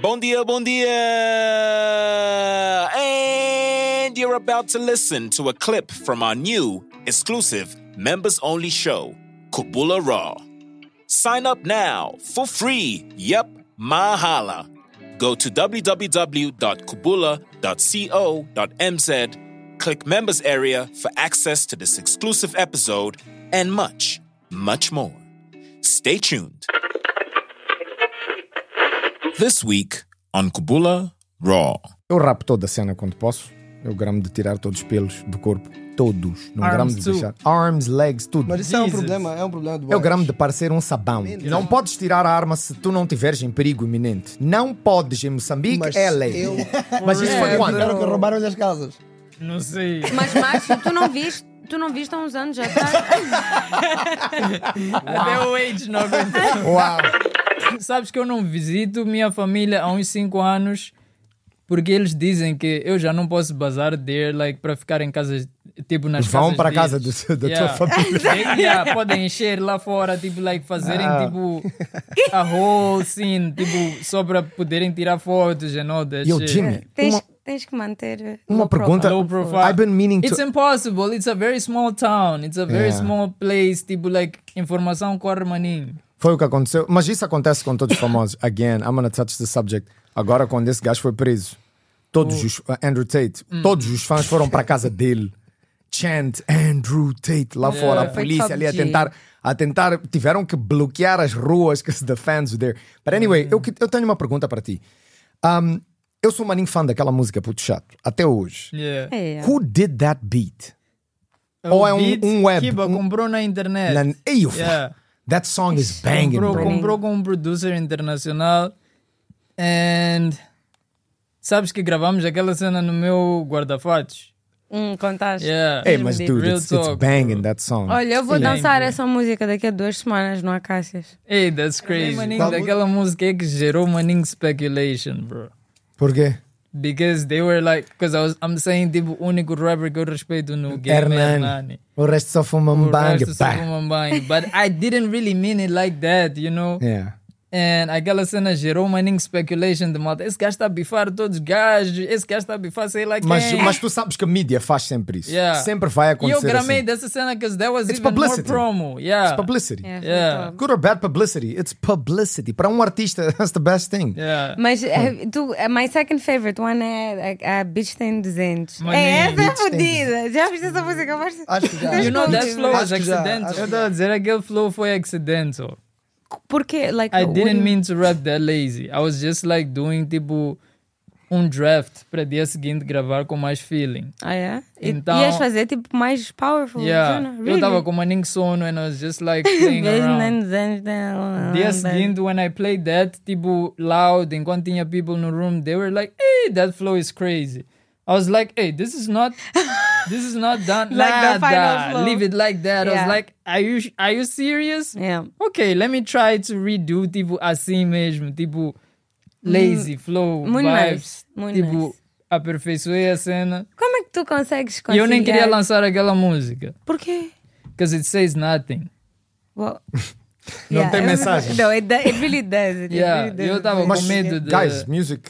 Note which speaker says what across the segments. Speaker 1: Bom dia, bom dia! And you're about to listen to a clip from our new, exclusive, members only show, Kubula Raw. Sign up now for free. Yep, mahala. Go to www.kubula.co.mz, click members area for access to this exclusive episode and much, much more. Stay tuned. This week on Kubula Raw.
Speaker 2: Eu rapo toda a cena quando posso. Eu gramo de tirar todos os pelos do corpo. Todos. Não
Speaker 3: Arms
Speaker 2: gramo de
Speaker 3: too.
Speaker 2: deixar. Arms, legs, tudo.
Speaker 4: Mas isso é um
Speaker 3: Jesus.
Speaker 4: problema, é um problema do
Speaker 2: Eu gramo de parecer um sabão. Não podes tirar a arma se tu não tiveres em perigo iminente. Não podes. Em Moçambique
Speaker 4: Mas
Speaker 2: é lei.
Speaker 4: eu-
Speaker 2: Mas isso foi
Speaker 4: É,
Speaker 2: quando?
Speaker 4: lembraram que roubaram-lhe as casas.
Speaker 3: Não sei.
Speaker 5: Mas, Márcio, tu não viste. Tu não viste há uns anos já, tá?
Speaker 3: Até o Age não aguenta.
Speaker 2: Uau.
Speaker 3: Sabes que eu não visito minha família há uns 5 anos porque eles dizem que eu já não posso bazar there, like, para ficar em casa, tipo, nas
Speaker 2: Vão
Speaker 3: casas
Speaker 2: para a casa
Speaker 3: deles.
Speaker 2: do- da tua
Speaker 3: família. yeah, podem encher lá fora, tipo, like, fazerem,
Speaker 2: Ah.
Speaker 3: tipo, a whole scene, tipo, só para poderem tirar fotos e all that
Speaker 2: E o
Speaker 3: shit.
Speaker 2: Jimmy,
Speaker 5: Tens,
Speaker 2: uma,
Speaker 5: tens que manter. eh,
Speaker 2: uma
Speaker 5: low profile.
Speaker 2: pergunta.
Speaker 3: Low profile.
Speaker 2: I've been meaning to...
Speaker 3: It's impossible. It's a very small town. It's a very
Speaker 2: Yeah.
Speaker 3: small place. Tipo, like, informação corre maninho.
Speaker 2: Foi o que aconteceu. Mas isso acontece com todos os famosos. Again, I'm gonna touch the subject. Agora, quando esse gajo foi preso, todos os. uh, Andrew Tate,
Speaker 3: Hum.
Speaker 2: todos os fãs foram para a casa dele. Chant Andrew Tate
Speaker 3: É,
Speaker 2: lá fora, a
Speaker 5: Foi
Speaker 2: polícia
Speaker 5: top
Speaker 2: ali a
Speaker 5: G.
Speaker 2: tentar, a tentar. Tiveram que bloquear as ruas que se defendem there. But anyway,
Speaker 3: Uhum.
Speaker 2: eu, que- eu tenho uma pergunta para ti. Um, eu sou maninho fã daquela música puto chato, até hoje.
Speaker 3: Yeah.
Speaker 5: É.
Speaker 2: Who did that beat? Ou é um-
Speaker 3: beat
Speaker 2: um web,
Speaker 3: Kiba
Speaker 2: um-
Speaker 3: comprou na internet.
Speaker 2: Na- Ei, eu-
Speaker 3: Yeah.
Speaker 2: That song is banging,
Speaker 3: É. comprou,
Speaker 2: bro.
Speaker 3: comprou com um producer internacional. And. Sabes que gravamos aquela cena no meu guarda-fatos?
Speaker 5: Hum, contaste.
Speaker 3: Yeah.
Speaker 2: Ei, mas dude,
Speaker 3: Real
Speaker 2: it's, it's
Speaker 3: talk,
Speaker 2: banging
Speaker 3: bro.
Speaker 2: that song.
Speaker 5: Olha, eu vou
Speaker 3: Sim.
Speaker 5: dançar
Speaker 3: Lembro.
Speaker 5: essa música daqui a duas semanas no Acácias.
Speaker 3: Ei, that's crazy.
Speaker 4: Qual
Speaker 3: Daquela música é que gerou maninho speculation, bro.
Speaker 2: Por quê?
Speaker 3: Because they were like, because I was, I'm saying, tipo, o único rapper que eu respeito no game é
Speaker 2: Hernani.
Speaker 3: Hernani.
Speaker 2: O resto só foi um
Speaker 3: O
Speaker 2: bang,
Speaker 3: resto são
Speaker 2: pá.
Speaker 3: uma bang. But I didn't really mean it like that, you know?
Speaker 2: Yeah.
Speaker 3: And aquela cena gerou maninho speculation de malta. Esse gajo está a bifar todos os gajos. Esse gajo está a bifar sei lá quem.
Speaker 2: Mas, mas tu sabes que a mídia faz sempre isso.
Speaker 3: É. Yeah.
Speaker 2: Sempre vai
Speaker 3: E eu
Speaker 2: acontecer
Speaker 3: gramei
Speaker 2: assim.
Speaker 3: dessa cena because that was
Speaker 2: It's
Speaker 3: even
Speaker 2: publicity.
Speaker 3: more promo. Yeah.
Speaker 2: It's publicity.
Speaker 5: É, foi
Speaker 3: Yeah.
Speaker 5: top.
Speaker 2: Good or bad publicity, it's publicity. Para um artista, that's the best thing.
Speaker 3: Yeah.
Speaker 5: Mas eh, tu, a my second favorite one é a, a Bitch Tem 200.
Speaker 3: Maninho.
Speaker 5: é essa é
Speaker 2: Bitch Tem
Speaker 5: fodida. Já viste essa música? Mas...
Speaker 4: Acho que já.
Speaker 3: You know, that
Speaker 5: Acho
Speaker 3: flow was
Speaker 4: que já,
Speaker 3: accidental.
Speaker 4: acho
Speaker 3: Eu
Speaker 4: que
Speaker 3: estou a dizer, aquele flow foi accidental.
Speaker 5: Porque, like,
Speaker 3: I
Speaker 5: what
Speaker 3: didn't
Speaker 5: do you-
Speaker 3: mean to rap that lazy. I was just like doing tipo um draft para dia seguinte gravar com mais feeling.
Speaker 5: Ah, é? E-
Speaker 3: Então-
Speaker 5: Ias fazer, tipo, mais powerful.
Speaker 3: Yeah.
Speaker 5: cena?
Speaker 3: Eu
Speaker 5: Really?
Speaker 3: estava com maninho sono and I was just like playing
Speaker 5: Bitch
Speaker 3: around.
Speaker 5: Tem 200.
Speaker 3: Dia seguinte, when I played that, tipo, loud, enquanto tinha people no room, they were like, hey, that flow is crazy. I was like, hey, this is not, this is not done.
Speaker 5: Like the final
Speaker 3: nada.
Speaker 5: flow.
Speaker 3: Leave it like that. I
Speaker 5: Yeah.
Speaker 3: was like, are you, are you serious?
Speaker 5: Yeah.
Speaker 3: Okay, let me try to redo, tipo, assim mesmo, tipo, lazy flow
Speaker 5: muito
Speaker 3: vibes.
Speaker 5: nice, muito
Speaker 3: tipo,
Speaker 5: nice.
Speaker 3: aperfeiçoei a cena.
Speaker 5: Como é que tu consegues
Speaker 3: E
Speaker 5: conciliar?
Speaker 3: eu nem queria lançar aquela música,
Speaker 5: Porquê?
Speaker 3: because it says nothing.
Speaker 5: Well,
Speaker 2: Não tem
Speaker 5: it-
Speaker 2: mensagem.
Speaker 5: Não, é it, do- it really does. It
Speaker 3: Yeah,
Speaker 5: really does.
Speaker 3: eu estava
Speaker 2: Mas,
Speaker 3: com medo de...
Speaker 2: guys, music...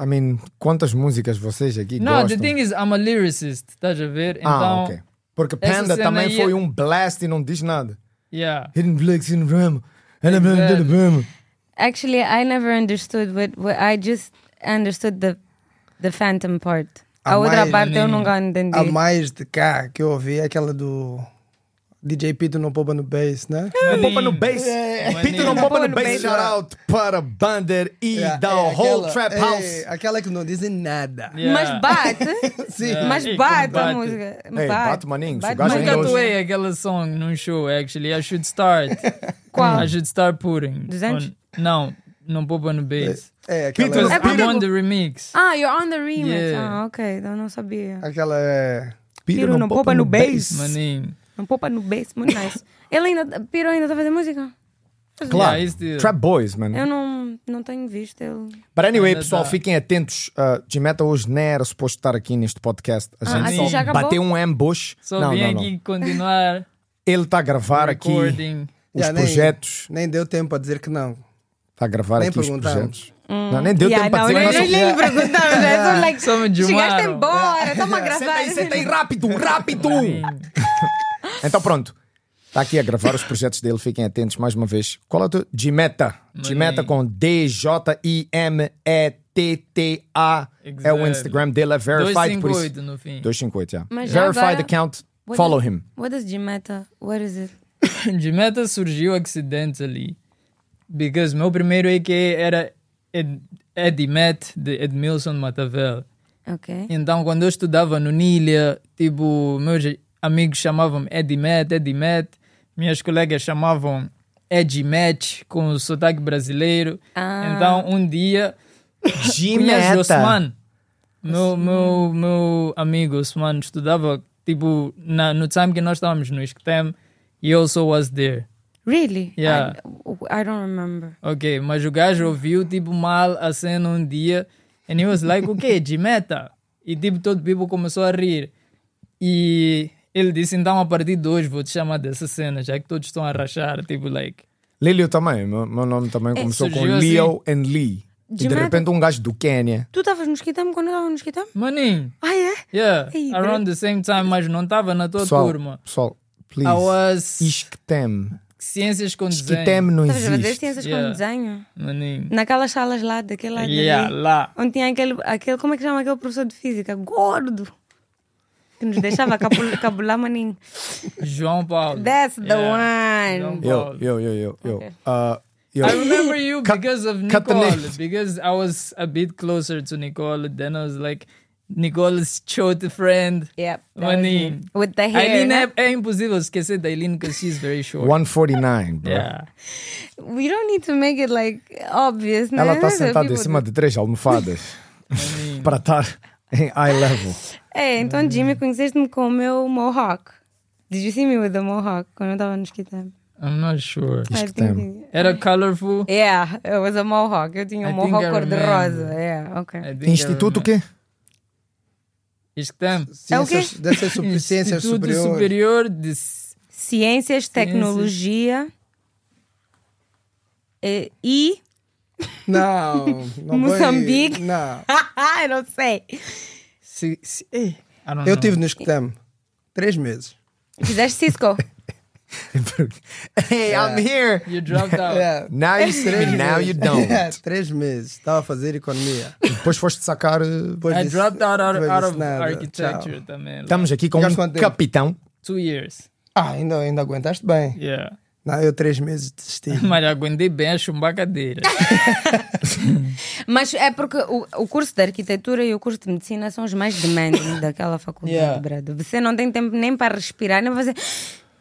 Speaker 2: I mean, quantas músicas vocês aqui
Speaker 3: No,
Speaker 2: gostam?
Speaker 3: the thing is, I'm a lyricist, estás a ver? Então,
Speaker 2: ah, ok. Porque
Speaker 3: essa
Speaker 2: Panda
Speaker 3: cena
Speaker 2: também
Speaker 3: aí- é-
Speaker 2: foi um blast e não diz nada.
Speaker 3: yeah.
Speaker 2: Hidden Flex in Ram.
Speaker 3: Exato.
Speaker 5: Actually, I never understood what, what I just understood the the phantom part. A,
Speaker 4: A
Speaker 5: outra
Speaker 4: mais-
Speaker 5: parte eu nunca
Speaker 4: A
Speaker 5: entendi.
Speaker 4: mais de cá que eu ouvi é aquela do DJ Pito não poupa no bass, né?
Speaker 2: Não poupa no bass. Pito não
Speaker 3: Maninho.
Speaker 2: poupa
Speaker 5: Poupa
Speaker 2: no
Speaker 5: no
Speaker 2: bass.
Speaker 5: bass.
Speaker 2: é. Shout out para Bander e da Whole Trap
Speaker 4: é
Speaker 2: House.
Speaker 4: aquela que não dizem nada.
Speaker 3: Yeah.
Speaker 5: Mas bate,
Speaker 4: Sim.
Speaker 5: mas
Speaker 3: Ei,
Speaker 5: bate,
Speaker 3: como
Speaker 5: a
Speaker 3: bate.
Speaker 5: música.
Speaker 2: Ei, bate, maninho, se o gajo
Speaker 3: Nunca
Speaker 2: ainda
Speaker 5: maninho.
Speaker 2: hoje-
Speaker 3: atuei aquela song num show, actually. I should start.
Speaker 5: Qual?
Speaker 3: I should start putting.
Speaker 5: 200?
Speaker 3: on- não, não poupa no bass.
Speaker 4: É, aquela,
Speaker 2: Pito não-
Speaker 5: É
Speaker 3: I'm
Speaker 5: porque-
Speaker 3: on the remix.
Speaker 5: Ah, you're on the remix.
Speaker 3: Yeah.
Speaker 5: Ah, ok, eu não sabia.
Speaker 4: aquela é...
Speaker 5: Piro não poupa no bass.
Speaker 3: Maninho.
Speaker 5: Não poupa no bass, muito nice. Ele ainda, Piro ainda está a fazer música?
Speaker 2: Claro.
Speaker 3: Yeah, it's the-
Speaker 2: Trap Boys, mano.
Speaker 5: Eu não, não tenho visto ele.
Speaker 2: But anyway,
Speaker 3: Ainda
Speaker 2: pessoal,
Speaker 3: dá.
Speaker 2: fiquem atentos. Uh, Jimeta hoje nem era suposto estar aqui neste podcast. A
Speaker 5: Ah,
Speaker 2: gente
Speaker 3: assim
Speaker 2: só
Speaker 3: já
Speaker 5: acabou?
Speaker 2: bateu um ambush.
Speaker 3: Só
Speaker 2: não,
Speaker 3: vim
Speaker 2: não, não.
Speaker 3: aqui continuar
Speaker 2: Ele está a gravar aqui
Speaker 3: recording.
Speaker 2: os
Speaker 4: Já nem-
Speaker 2: projetos.
Speaker 4: Nem deu tempo a dizer que não.
Speaker 2: Está a gravar
Speaker 4: Nem
Speaker 2: aqui os
Speaker 4: perguntaram.
Speaker 2: projetos. Não, nem deu
Speaker 5: Yeah,
Speaker 2: tempo para
Speaker 5: não,
Speaker 2: dizer
Speaker 5: nem,
Speaker 2: o
Speaker 5: nem,
Speaker 2: nosso-
Speaker 5: nem lhe perguntamos, né? Só like,
Speaker 3: Somos de
Speaker 5: chegaste
Speaker 3: Maro.
Speaker 5: embora, estamos a gravar.
Speaker 2: Senta aí, rápido, rápido! então pronto. Está aqui a gravar os projetos dele, fiquem atentos mais uma vez. Qual é o teu? Gimeta. Gimeta com D-J-I-M-E-T-T-A. É o
Speaker 3: Exato.
Speaker 2: Instagram dele, é verified. por isso-
Speaker 3: 258 no fim.
Speaker 2: 258, yeah.
Speaker 5: Mas já
Speaker 2: Verified
Speaker 5: agora-
Speaker 2: account,
Speaker 5: What
Speaker 2: follow
Speaker 5: does-
Speaker 2: him.
Speaker 5: What does Gimeta? What is it?
Speaker 3: De meta surgiu accidentally. Because meu primeiro AKA era Ed, Edimet de Edmilson Matavel.
Speaker 5: Ok.
Speaker 3: Então, quando eu estudava no Nília, tipo, meus amigos chamavam-me Edimet, Edimet. Minhas colegas chamavam Edimet, com o sotaque brasileiro.
Speaker 5: Ah.
Speaker 3: Então, um dia, conheces
Speaker 2: Gimeta.
Speaker 3: Osman? Meu, meu, meu amigo Osman estudava, tipo, na, no time que nós estávamos no ISCTEM, he also was there.
Speaker 5: Really?
Speaker 3: Yeah.
Speaker 5: I, I don't remember.
Speaker 3: Ok, mas o gajo ouviu tipo mal a cena um dia and he was like, o quê? De meta? E tipo, todo people começou a rir. E ele disse, então a partir de hoje vou te chamar dessa cena, já que todos estão a rachar, tipo, like...
Speaker 2: Lilio também, meu, meu nome
Speaker 5: É,
Speaker 2: também começou com
Speaker 3: surgiu assim.
Speaker 2: Leo and Lee. E de
Speaker 5: Gimeta.
Speaker 2: repente um gajo do Quênia.
Speaker 5: Tu estavas no esquitam quando eu estava no esquitam?
Speaker 3: Maninho,
Speaker 5: Ah, é?
Speaker 3: yeah,
Speaker 5: Ei,
Speaker 3: around the same time, mas não estava na tua
Speaker 2: Pessoal,
Speaker 3: turma.
Speaker 2: pessoal,
Speaker 3: I
Speaker 2: please.
Speaker 3: was
Speaker 2: Isquetem.
Speaker 3: ciências com
Speaker 2: Isquetem
Speaker 3: desenho.
Speaker 2: não
Speaker 5: Estavas a fazer
Speaker 2: existe.
Speaker 5: ciências
Speaker 3: Yeah.
Speaker 5: com desenho?
Speaker 3: Maninho,
Speaker 5: Naquelas salas lá, daquele lado
Speaker 3: yeah,
Speaker 5: ali,
Speaker 3: lá.
Speaker 5: Onde tinha aquele, aquele, como é que chama aquele professor de física? Gordo. Que nos deixava cabul- cabular maninho.
Speaker 3: João Paulo.
Speaker 5: That's the
Speaker 3: Yeah.
Speaker 5: one.
Speaker 2: Eu, eu, eu, eu, eu. Ah, eu.
Speaker 3: I remember you
Speaker 2: Cut-
Speaker 3: because of
Speaker 2: cut the
Speaker 3: Nicole.
Speaker 2: names.
Speaker 3: Because I was a bit closer to Nicole. Then I was like, Nicole's chota friend. eh,
Speaker 5: Yep. that was me.
Speaker 3: Maninho.
Speaker 5: With the hair.
Speaker 3: Aileen
Speaker 5: né?
Speaker 3: é, é impossível esquecer da Aileen because she's very short.
Speaker 2: 149, bro.
Speaker 3: Yeah.
Speaker 5: We don't need to make it like obvious, né?
Speaker 2: Ela está sentada em
Speaker 5: People-
Speaker 2: cima de três almofadas para estar em high level.
Speaker 5: É, então Jimmy, conheceste-me com o meu mohawk. Did you see me with the mohawk quando eu estava no esquitam?
Speaker 3: I'm not sure.
Speaker 5: I
Speaker 2: Esquitam.
Speaker 5: think-
Speaker 3: Era colorful.
Speaker 5: Yeah, it was a mohawk. Eu tinha um
Speaker 3: I think
Speaker 5: mohawk
Speaker 3: I
Speaker 5: cor-de-rosa.
Speaker 3: remember.
Speaker 5: Yeah, okay.
Speaker 3: I think I
Speaker 2: Instituto o
Speaker 3: remember.
Speaker 2: quê?
Speaker 3: Esquitam.
Speaker 5: É o quê?
Speaker 4: Ciências, deve ser super, ciências
Speaker 3: Instituto
Speaker 4: superiores.
Speaker 3: Superior de S-
Speaker 5: Ciências, tecnologia eh, e.
Speaker 4: Não, não
Speaker 5: Moçambique.
Speaker 4: Foi, não.
Speaker 5: eu não sei.
Speaker 3: Se- Se- Ei, I don't
Speaker 4: Eu
Speaker 3: know.
Speaker 4: estive no escutam três meses.
Speaker 5: Fizeste Cisco.
Speaker 2: hey, I'm here.
Speaker 3: You dropped out.
Speaker 4: É,
Speaker 2: Now you see me, now you don't.
Speaker 4: é, três meses. Estava a fazer economia.
Speaker 2: Depois foste sacar. eh,
Speaker 4: Depois
Speaker 3: I
Speaker 4: disse-
Speaker 3: dropped out, out,
Speaker 4: depois
Speaker 3: out
Speaker 4: disse
Speaker 3: of
Speaker 4: nada.
Speaker 3: architecture
Speaker 4: Tchau.
Speaker 3: também. like,
Speaker 2: Estamos aqui com
Speaker 4: Ficaste quanto
Speaker 2: um
Speaker 4: tempo?
Speaker 2: capitão.
Speaker 3: two years.
Speaker 4: Ah, ainda, ainda aguentaste bem.
Speaker 3: Yeah.
Speaker 4: Não, eu três meses desisti.
Speaker 3: Mas aguentei bem a chumbar a cadeira.
Speaker 5: Mas é porque o, o curso de arquitetura e o curso de medicina são os mais demanding daquela faculdade,
Speaker 3: Yeah.
Speaker 5: brother. Você não tem tempo nem para respirar, nem para fazer
Speaker 3: que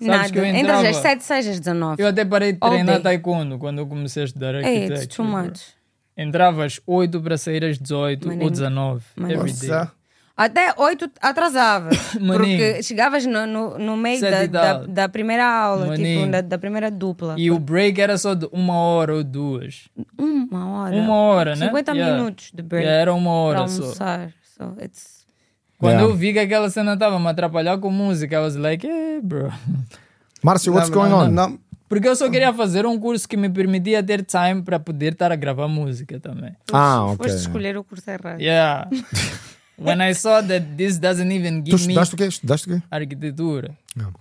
Speaker 3: eu
Speaker 5: nada. Entre
Speaker 3: entrava-
Speaker 5: as 7 e 6 às 19.
Speaker 3: Eu até parei de
Speaker 5: All
Speaker 3: treinar
Speaker 5: day.
Speaker 3: taekwondo quando eu comecei a estudar
Speaker 5: Ei,
Speaker 3: arquitetura.
Speaker 5: it's too much.
Speaker 3: Entrava às 8 para sair às 18
Speaker 5: Maninho.
Speaker 3: ou 19.
Speaker 5: Maninho.
Speaker 3: Every day.
Speaker 4: Nossa.
Speaker 5: Até 8 atrasava.
Speaker 3: Maninho.
Speaker 5: porque chegavas no, no, no meio da,
Speaker 3: Sete e
Speaker 5: da,
Speaker 3: tal.
Speaker 5: da primeira aula,
Speaker 3: Maninho.
Speaker 5: tipo, da, da primeira dupla.
Speaker 3: E o break era só de uma hora ou duas.
Speaker 5: Uma hora.
Speaker 3: Uma hora, né?
Speaker 5: 50
Speaker 3: Yeah.
Speaker 5: minutos de break.
Speaker 3: Yeah, era uma
Speaker 5: para
Speaker 3: hora só.
Speaker 5: almoçar. So it's...
Speaker 3: Quando
Speaker 2: Yeah.
Speaker 3: eu vi que aquela cena estava me atrapalhar com música, I was like, eh, bro.
Speaker 2: Márcio, what's
Speaker 4: Não,
Speaker 2: going
Speaker 4: não,
Speaker 2: on?
Speaker 4: não,
Speaker 3: Porque eu só queria fazer um curso que me permitia ter time para poder estar a gravar música também.
Speaker 2: Ah, ok.
Speaker 5: Foste escolher o curso errado.
Speaker 3: Yeah. When I saw that this doesn't even
Speaker 2: Tu
Speaker 3: give me
Speaker 2: estudaste o quê? Estudaste o quê?
Speaker 3: arquitetura.
Speaker 2: Não.
Speaker 3: I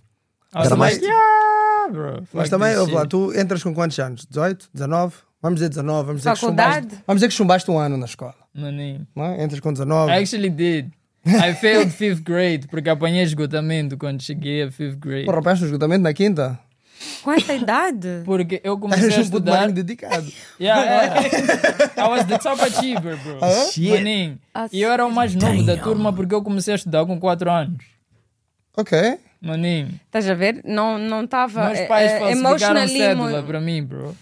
Speaker 3: was
Speaker 2: Era mais-
Speaker 3: like, yeah, bro.
Speaker 4: Mas
Speaker 3: fuck
Speaker 4: também,
Speaker 3: this
Speaker 4: ouve lá,
Speaker 3: shit."
Speaker 4: tu entras com quantos anos? 18? 19? Vamos dizer 19. Vamos dizer, que
Speaker 5: Faculdade?
Speaker 4: chumbaste, vamos dizer que chumbaste um ano na escola.
Speaker 3: Maninho.
Speaker 4: Não é? Entras com
Speaker 3: I
Speaker 4: 19.
Speaker 3: actually did. I failed fifth grade porque apanhei esgotamento quando cheguei a fifth grade.
Speaker 4: Porra, peço um esgotamento na quinta.
Speaker 5: Com essa idade?
Speaker 3: Porque eu comecei
Speaker 4: Eres
Speaker 3: a
Speaker 4: um puto marinho
Speaker 3: estudar.
Speaker 4: dedicado.
Speaker 3: Yeah, yeah. I was the top achiever, bro.
Speaker 4: Ah, é?
Speaker 3: Maninho. E eu era o mais novo da turma porque eu comecei a estudar com 4 anos.
Speaker 4: Ok. Ah,
Speaker 3: Maninho.
Speaker 5: Estás a ver? Não não estava
Speaker 3: Meus pais
Speaker 5: eh, eh,
Speaker 3: falsificaram
Speaker 5: emotionally
Speaker 3: cédula
Speaker 5: mo-
Speaker 3: para mim, bro.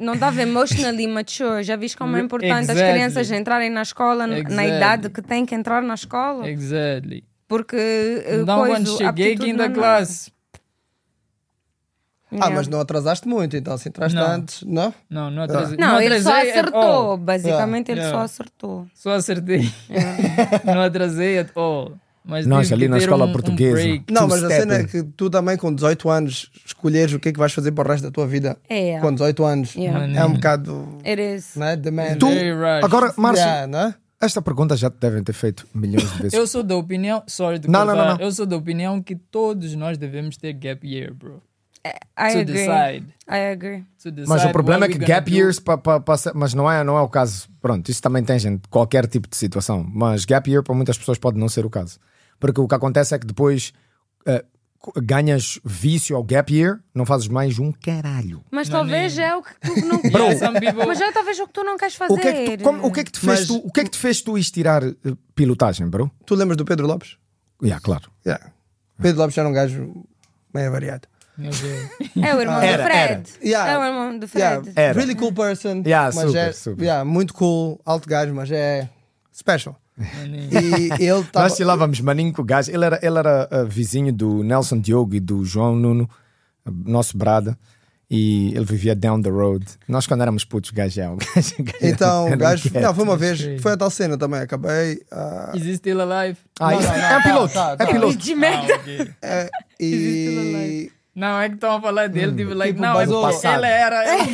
Speaker 5: não estava emotionally mature. Já viste como é
Speaker 3: Re-
Speaker 5: importante as
Speaker 3: exactly.
Speaker 5: crianças entrarem na escola n- na
Speaker 3: Exactly.
Speaker 5: idade que têm que entrar na escola?
Speaker 3: Exactly.
Speaker 5: Porque eh,
Speaker 3: Então
Speaker 5: coisa,
Speaker 3: quando cheguei
Speaker 5: aptitude
Speaker 3: quinta
Speaker 5: não- é
Speaker 3: classe.
Speaker 4: Ah,
Speaker 5: Yeah.
Speaker 4: mas não atrasaste muito, então se entraste
Speaker 3: Não.
Speaker 4: antes, não?
Speaker 3: Não, não atrasei.
Speaker 5: Não, ele só
Speaker 3: atrasei at
Speaker 5: acertou. Ah,
Speaker 3: all.
Speaker 5: Basicamente, ele
Speaker 3: Yeah.
Speaker 5: só acertou.
Speaker 4: É.
Speaker 3: Só acertei. não atrasei at all. Mas
Speaker 2: Nós
Speaker 3: tive
Speaker 2: ali
Speaker 3: que
Speaker 2: na
Speaker 3: ter
Speaker 2: escola
Speaker 3: um- um
Speaker 2: portuguesa.
Speaker 3: break.
Speaker 4: Não,
Speaker 2: Two
Speaker 4: mas a cena é
Speaker 2: stepping.
Speaker 4: que tu também com 18 anos escolheres o que é que vais fazer para o resto da tua vida.
Speaker 5: É, é.
Speaker 4: Com 18 anos.
Speaker 5: Yeah.
Speaker 3: né?
Speaker 4: É um bocado.
Speaker 5: It is.
Speaker 4: Né? Demand.
Speaker 2: Tu,
Speaker 3: Very rushed.
Speaker 2: agora, Márcio,
Speaker 4: Yeah, né?
Speaker 2: esta pergunta já te devem ter feito milhões de vezes.
Speaker 3: Eu sou da opinião. Sorry de
Speaker 2: Não, não,
Speaker 3: cortar.
Speaker 2: não, não.
Speaker 3: Eu sou da opinião que todos nós devemos ter gap year, bro.
Speaker 5: I
Speaker 3: to
Speaker 5: agree.
Speaker 3: decide.
Speaker 5: I agree.
Speaker 3: To decide
Speaker 2: Mas o problema é
Speaker 3: what
Speaker 2: que
Speaker 3: we gonna
Speaker 2: gap
Speaker 3: do.
Speaker 2: years pa, pa, pa- mas não é, não é o caso. Pronto, isso também tem gente, qualquer tipo de situação. Mas gap year para muitas pessoas pode não ser o caso. Porque o que acontece é que depois eh, co- ganhas vício ao gap year, não fazes mais um caralho.
Speaker 5: Mas talvez é o que tu não
Speaker 3: Yeah,
Speaker 5: queres.
Speaker 3: some people-
Speaker 5: Mas é talvez o que tu não queres fazer.
Speaker 2: O que, é que tu, como- o que é que te fez
Speaker 4: Mas-
Speaker 2: tu, o que é que te fez tu estirar eh, pilotagem, bro?
Speaker 4: Tu lembras do Pedro Lopes?
Speaker 2: Yeah, claro.
Speaker 4: Yeah. Pedro Lopes era um gajo meio variado.
Speaker 3: Meu Deus.
Speaker 5: É o irmão
Speaker 2: Era,
Speaker 5: do Fred.
Speaker 4: Yeah.
Speaker 5: É o irmão do
Speaker 4: Yeah,
Speaker 5: Fred.
Speaker 2: Era.
Speaker 4: Really cool person.
Speaker 2: Yeah,
Speaker 4: mas
Speaker 2: super,
Speaker 4: é,
Speaker 2: super.
Speaker 4: Yeah, muito cool, alto gajo, mas é special. e ele estava.
Speaker 2: Nós chilávamos maninho com o gajo. Ele era, ele era ah, vizinho do Nelson Diogo e do João Nuno, eh, nosso brada. E ele vivia down the road. Nós, quando éramos putos, gajo é o gajo. gajo era-
Speaker 4: Então,
Speaker 2: era
Speaker 4: o
Speaker 2: um
Speaker 4: gajo.
Speaker 2: quieto.
Speaker 4: Não, foi uma vez. Foi a tal cena também. Acabei. ah,
Speaker 3: Is he still alive? Ah,
Speaker 2: Ah, isso- é um piloto.
Speaker 4: tá, tá.
Speaker 2: É piloto.
Speaker 5: De merda.
Speaker 3: ok.
Speaker 4: é, e.
Speaker 3: Não, é que estão a falar dele,
Speaker 2: Hum.
Speaker 3: tipo, like,
Speaker 4: Tipo,
Speaker 3: não, é
Speaker 4: vazou.
Speaker 3: porque ele era. I'm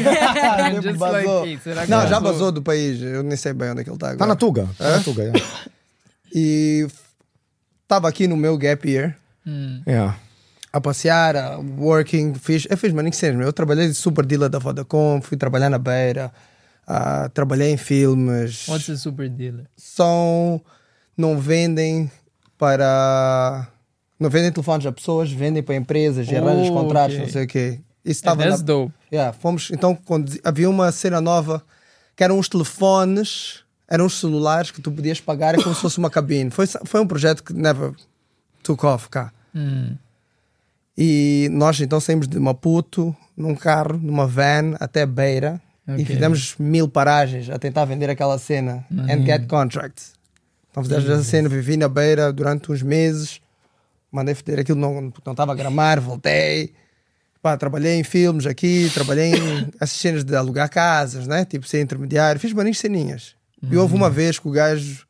Speaker 4: Tipo,
Speaker 3: just
Speaker 4: vazou.
Speaker 3: like, "Ei, será que
Speaker 4: Não, já vazou do país. Eu nem sei bem onde é que ele está
Speaker 2: Tá
Speaker 4: agora.
Speaker 2: na Tuga. Tá na Tuga, yeah.
Speaker 4: E estava aqui no meu gap year.
Speaker 2: Yeah.
Speaker 4: a passear, a working, fiz, eu fiz maninho cenas, meu. eu trabalhei de super dealer da Vodacom, fui trabalhar na beira, ah, trabalhei em filmes,
Speaker 3: What's a super dealer?
Speaker 4: são, não vendem para, não vendem telefones a pessoas, vendem para empresas, e arranjam os
Speaker 3: Oh,
Speaker 4: contratos,
Speaker 3: ok. É
Speaker 4: não sei o quê.
Speaker 3: Yeah,
Speaker 4: Isso estava
Speaker 3: that's
Speaker 4: na-
Speaker 3: dope.
Speaker 4: Yeah, fomos, então, quando dizi- havia uma cena nova, que eram os telefones, eram os celulares que tu podias pagar, é como se fosse uma cabine. Foi, foi um projeto que never took off cá. E nós então saímos de Maputo, num carro, numa van, até Beira,
Speaker 3: Ok.
Speaker 4: e fizemos mil paragens a tentar vender aquela cena, and get contracts. Então fizemos essa cena, vivi na Beira durante uns meses, mandei foder aquilo, não não estava a gramar, voltei. Pá, trabalhei em filmes aqui, trabalhei em essas cenas de alugar casas, né? Tipo, ser intermediário. Fiz maninhos ceninhas. E houve
Speaker 2: Uhum.
Speaker 4: uma vez que o gajo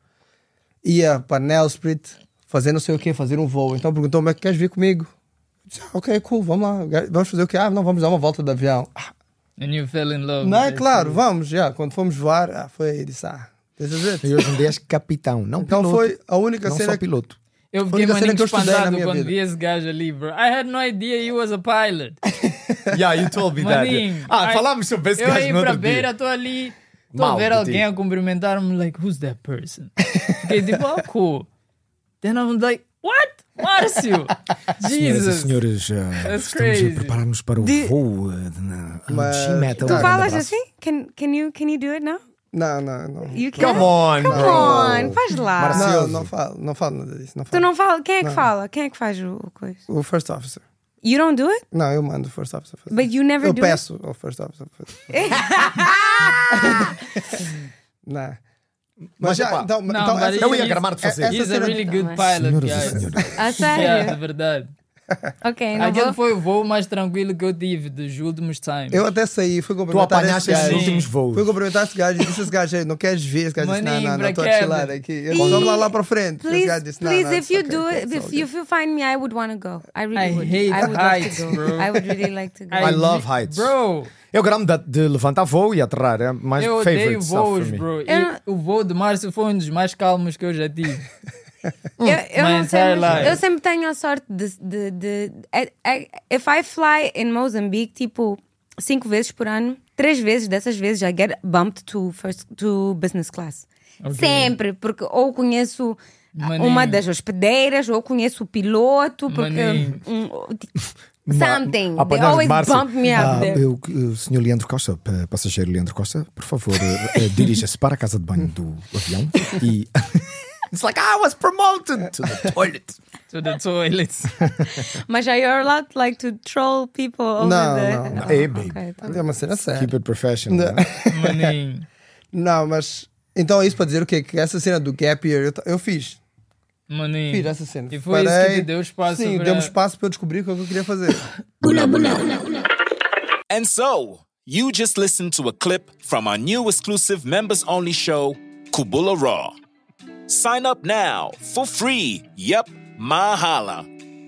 Speaker 4: ia para Nelsprit fazer não sei o quê, fazer um voo. Então perguntou-me, "É que queres vir comigo? Eu disse, ah, ok, cool, vamos lá. O gajo, Vamos fazer o quê? Ah, não, vamos dar uma volta de avião. Ah,
Speaker 3: And you fell in love.
Speaker 4: não é
Speaker 3: with it.
Speaker 2: Uhum.
Speaker 4: claro, vamos, já. Quando fomos voar, ah, foi aí, disse, ah, this is it.
Speaker 2: E hoje em dia és capitão, não
Speaker 4: Então
Speaker 2: piloto.
Speaker 4: foi a única
Speaker 2: não só
Speaker 4: cena que...
Speaker 2: piloto.
Speaker 3: Eu fiquei
Speaker 4: única cena
Speaker 3: maninho
Speaker 4: que eu estudei na
Speaker 3: espantado
Speaker 4: minha
Speaker 3: quando
Speaker 4: vida.
Speaker 3: vi esse gajo ali, bro. I had no idea he was a pilot.
Speaker 2: Yeah, you told me
Speaker 3: that. Maninho, Ah, ai- falámos
Speaker 2: sobre
Speaker 3: Eu aí pra beira, tô ali, tô
Speaker 2: Mal
Speaker 3: ver
Speaker 2: de
Speaker 3: alguém
Speaker 2: ti.
Speaker 3: a cumprimentar, I'm like, who's that person? Fiquei tipo, oh, cool. Then I'm like, what? Márcio!
Speaker 2: Senhoras e
Speaker 3: Jesus!
Speaker 2: senhores, eh,
Speaker 3: That's
Speaker 2: estamos
Speaker 3: crazy.
Speaker 2: a preparar-nos para o voo eh, de- na-
Speaker 4: Mas-
Speaker 2: um G-Metal.
Speaker 5: Tu
Speaker 2: Um
Speaker 5: falas
Speaker 2: abraço.
Speaker 5: assim? Can, can, you, can you do it now?
Speaker 4: Não, não, não.
Speaker 5: You can?
Speaker 2: Come on,
Speaker 5: Come on, faz lá.
Speaker 2: Marcelo.
Speaker 4: Não,
Speaker 2: ansioso.
Speaker 4: não falo, não falo nada disso. Não
Speaker 5: Tu
Speaker 4: falo.
Speaker 5: não fala. Quem é que fala? Quem é que faz o, o coisa?
Speaker 4: O first officer.
Speaker 5: You don't do it?
Speaker 4: Não, eu mando o first officer fazer.
Speaker 5: But you never
Speaker 4: eu
Speaker 5: do
Speaker 4: peço ao first officer fazer. não. Mas,
Speaker 2: Mas,
Speaker 4: já,
Speaker 2: opa,
Speaker 4: então,
Speaker 3: não,
Speaker 4: então
Speaker 3: mas
Speaker 4: essa-
Speaker 3: eu ia
Speaker 2: gramar-te fazer.
Speaker 4: essa
Speaker 3: He's a
Speaker 4: cena- é
Speaker 3: really good
Speaker 5: Não, mas-
Speaker 3: pilot,
Speaker 2: Senhoras e
Speaker 3: guys.
Speaker 2: senhores.
Speaker 5: it? A
Speaker 3: Yeah, de
Speaker 5: Ah, sério?
Speaker 3: verdade.
Speaker 5: ok, não
Speaker 3: Aquele
Speaker 5: vou...
Speaker 3: foi o voo mais tranquilo que eu tive dos últimos times.
Speaker 4: Eu até saí, fui
Speaker 2: Tu
Speaker 4: cumprimentar esse
Speaker 2: apanhaste os
Speaker 4: gajo.
Speaker 2: últimos voos.
Speaker 4: Fui cumprimentar esse gajo e disse: Esse gajo aí, não queres ver? Esse gajo disse: Não,
Speaker 3: Maninho,
Speaker 4: não, não, estou a
Speaker 3: braquete.
Speaker 4: chilar aqui. Eu
Speaker 5: Ih,
Speaker 4: disse, vamos lá, lá para frente. esse gajo
Speaker 5: Please,
Speaker 4: disse: Não,
Speaker 5: please,
Speaker 4: não,
Speaker 5: if
Speaker 4: it's
Speaker 5: you
Speaker 4: okay,
Speaker 5: do
Speaker 4: okay,
Speaker 5: it,
Speaker 4: it's
Speaker 5: if,
Speaker 4: all
Speaker 5: if you find me, I would want to go. I really
Speaker 3: I
Speaker 5: would.
Speaker 3: hate
Speaker 5: I would
Speaker 3: heights,
Speaker 5: love to go.
Speaker 3: bro.
Speaker 5: I would really like to go.
Speaker 3: I
Speaker 2: love
Speaker 3: li-
Speaker 2: heights.
Speaker 3: Bro,
Speaker 2: Eu gramo de, de levantar voo e aterrar. É mais
Speaker 3: eu
Speaker 2: favorite
Speaker 3: odeio
Speaker 2: stuff for
Speaker 3: voos,
Speaker 2: me.
Speaker 3: bro. E
Speaker 5: Eu-
Speaker 3: o voo de Márcio foi um dos mais calmos que eu já tive.
Speaker 5: Eu, eu,
Speaker 3: My
Speaker 5: não sei,
Speaker 3: entire
Speaker 5: mas
Speaker 3: life.
Speaker 5: eu sempre tenho a sorte de. de, de- é- é- if I fly in Mozambique, tipo, cinco vezes por ano, três vezes dessas vezes I get bumped to, first, to business class. Sempre, porque ou conheço
Speaker 3: Maninho.
Speaker 5: uma das hospedeiras, ou conheço o piloto, porque.
Speaker 3: Maninho.
Speaker 5: um, um,
Speaker 2: Ma-
Speaker 5: something. They
Speaker 2: apanhamos
Speaker 5: always
Speaker 2: Márcio.
Speaker 5: bump me up
Speaker 2: Ah,
Speaker 5: there.
Speaker 2: eu- eu- senhor Leandro Costa, pa- passageiro Leandro Costa, por favor, eh, eh, dirija-se para a casa de banho do avião e. It's like I was promoted to the toilet.
Speaker 3: to the toilets.
Speaker 5: Mas are you allowed like to troll people over
Speaker 4: Não,
Speaker 5: the...
Speaker 4: não, não.
Speaker 5: Oh,
Speaker 2: Hey, baby.
Speaker 5: ok, tá.
Speaker 4: good. É uma cena séria.
Speaker 2: Keep it professional. né?
Speaker 3: Maninho.
Speaker 4: Não, mas. Então é isso para dizer o quê? Que essa cena do gap year eu, t- eu fiz.
Speaker 3: Maninho.
Speaker 4: Fiz essa cena.
Speaker 3: E foi isso que
Speaker 4: Parei.
Speaker 3: te deu espaço
Speaker 4: Sim,
Speaker 3: pra...
Speaker 4: deu-me espaço para eu descobrir o que é que eu queria fazer.
Speaker 1: And so, you just listened to a clip from our new exclusive members only show, Kubula Raw. Sign up now for free. Yep, mahala.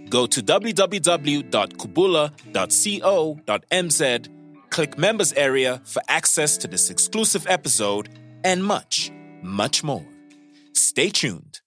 Speaker 1: Go to www.kubula.co.mz, click members area for access to this exclusive episode and much, much more. Stay tuned.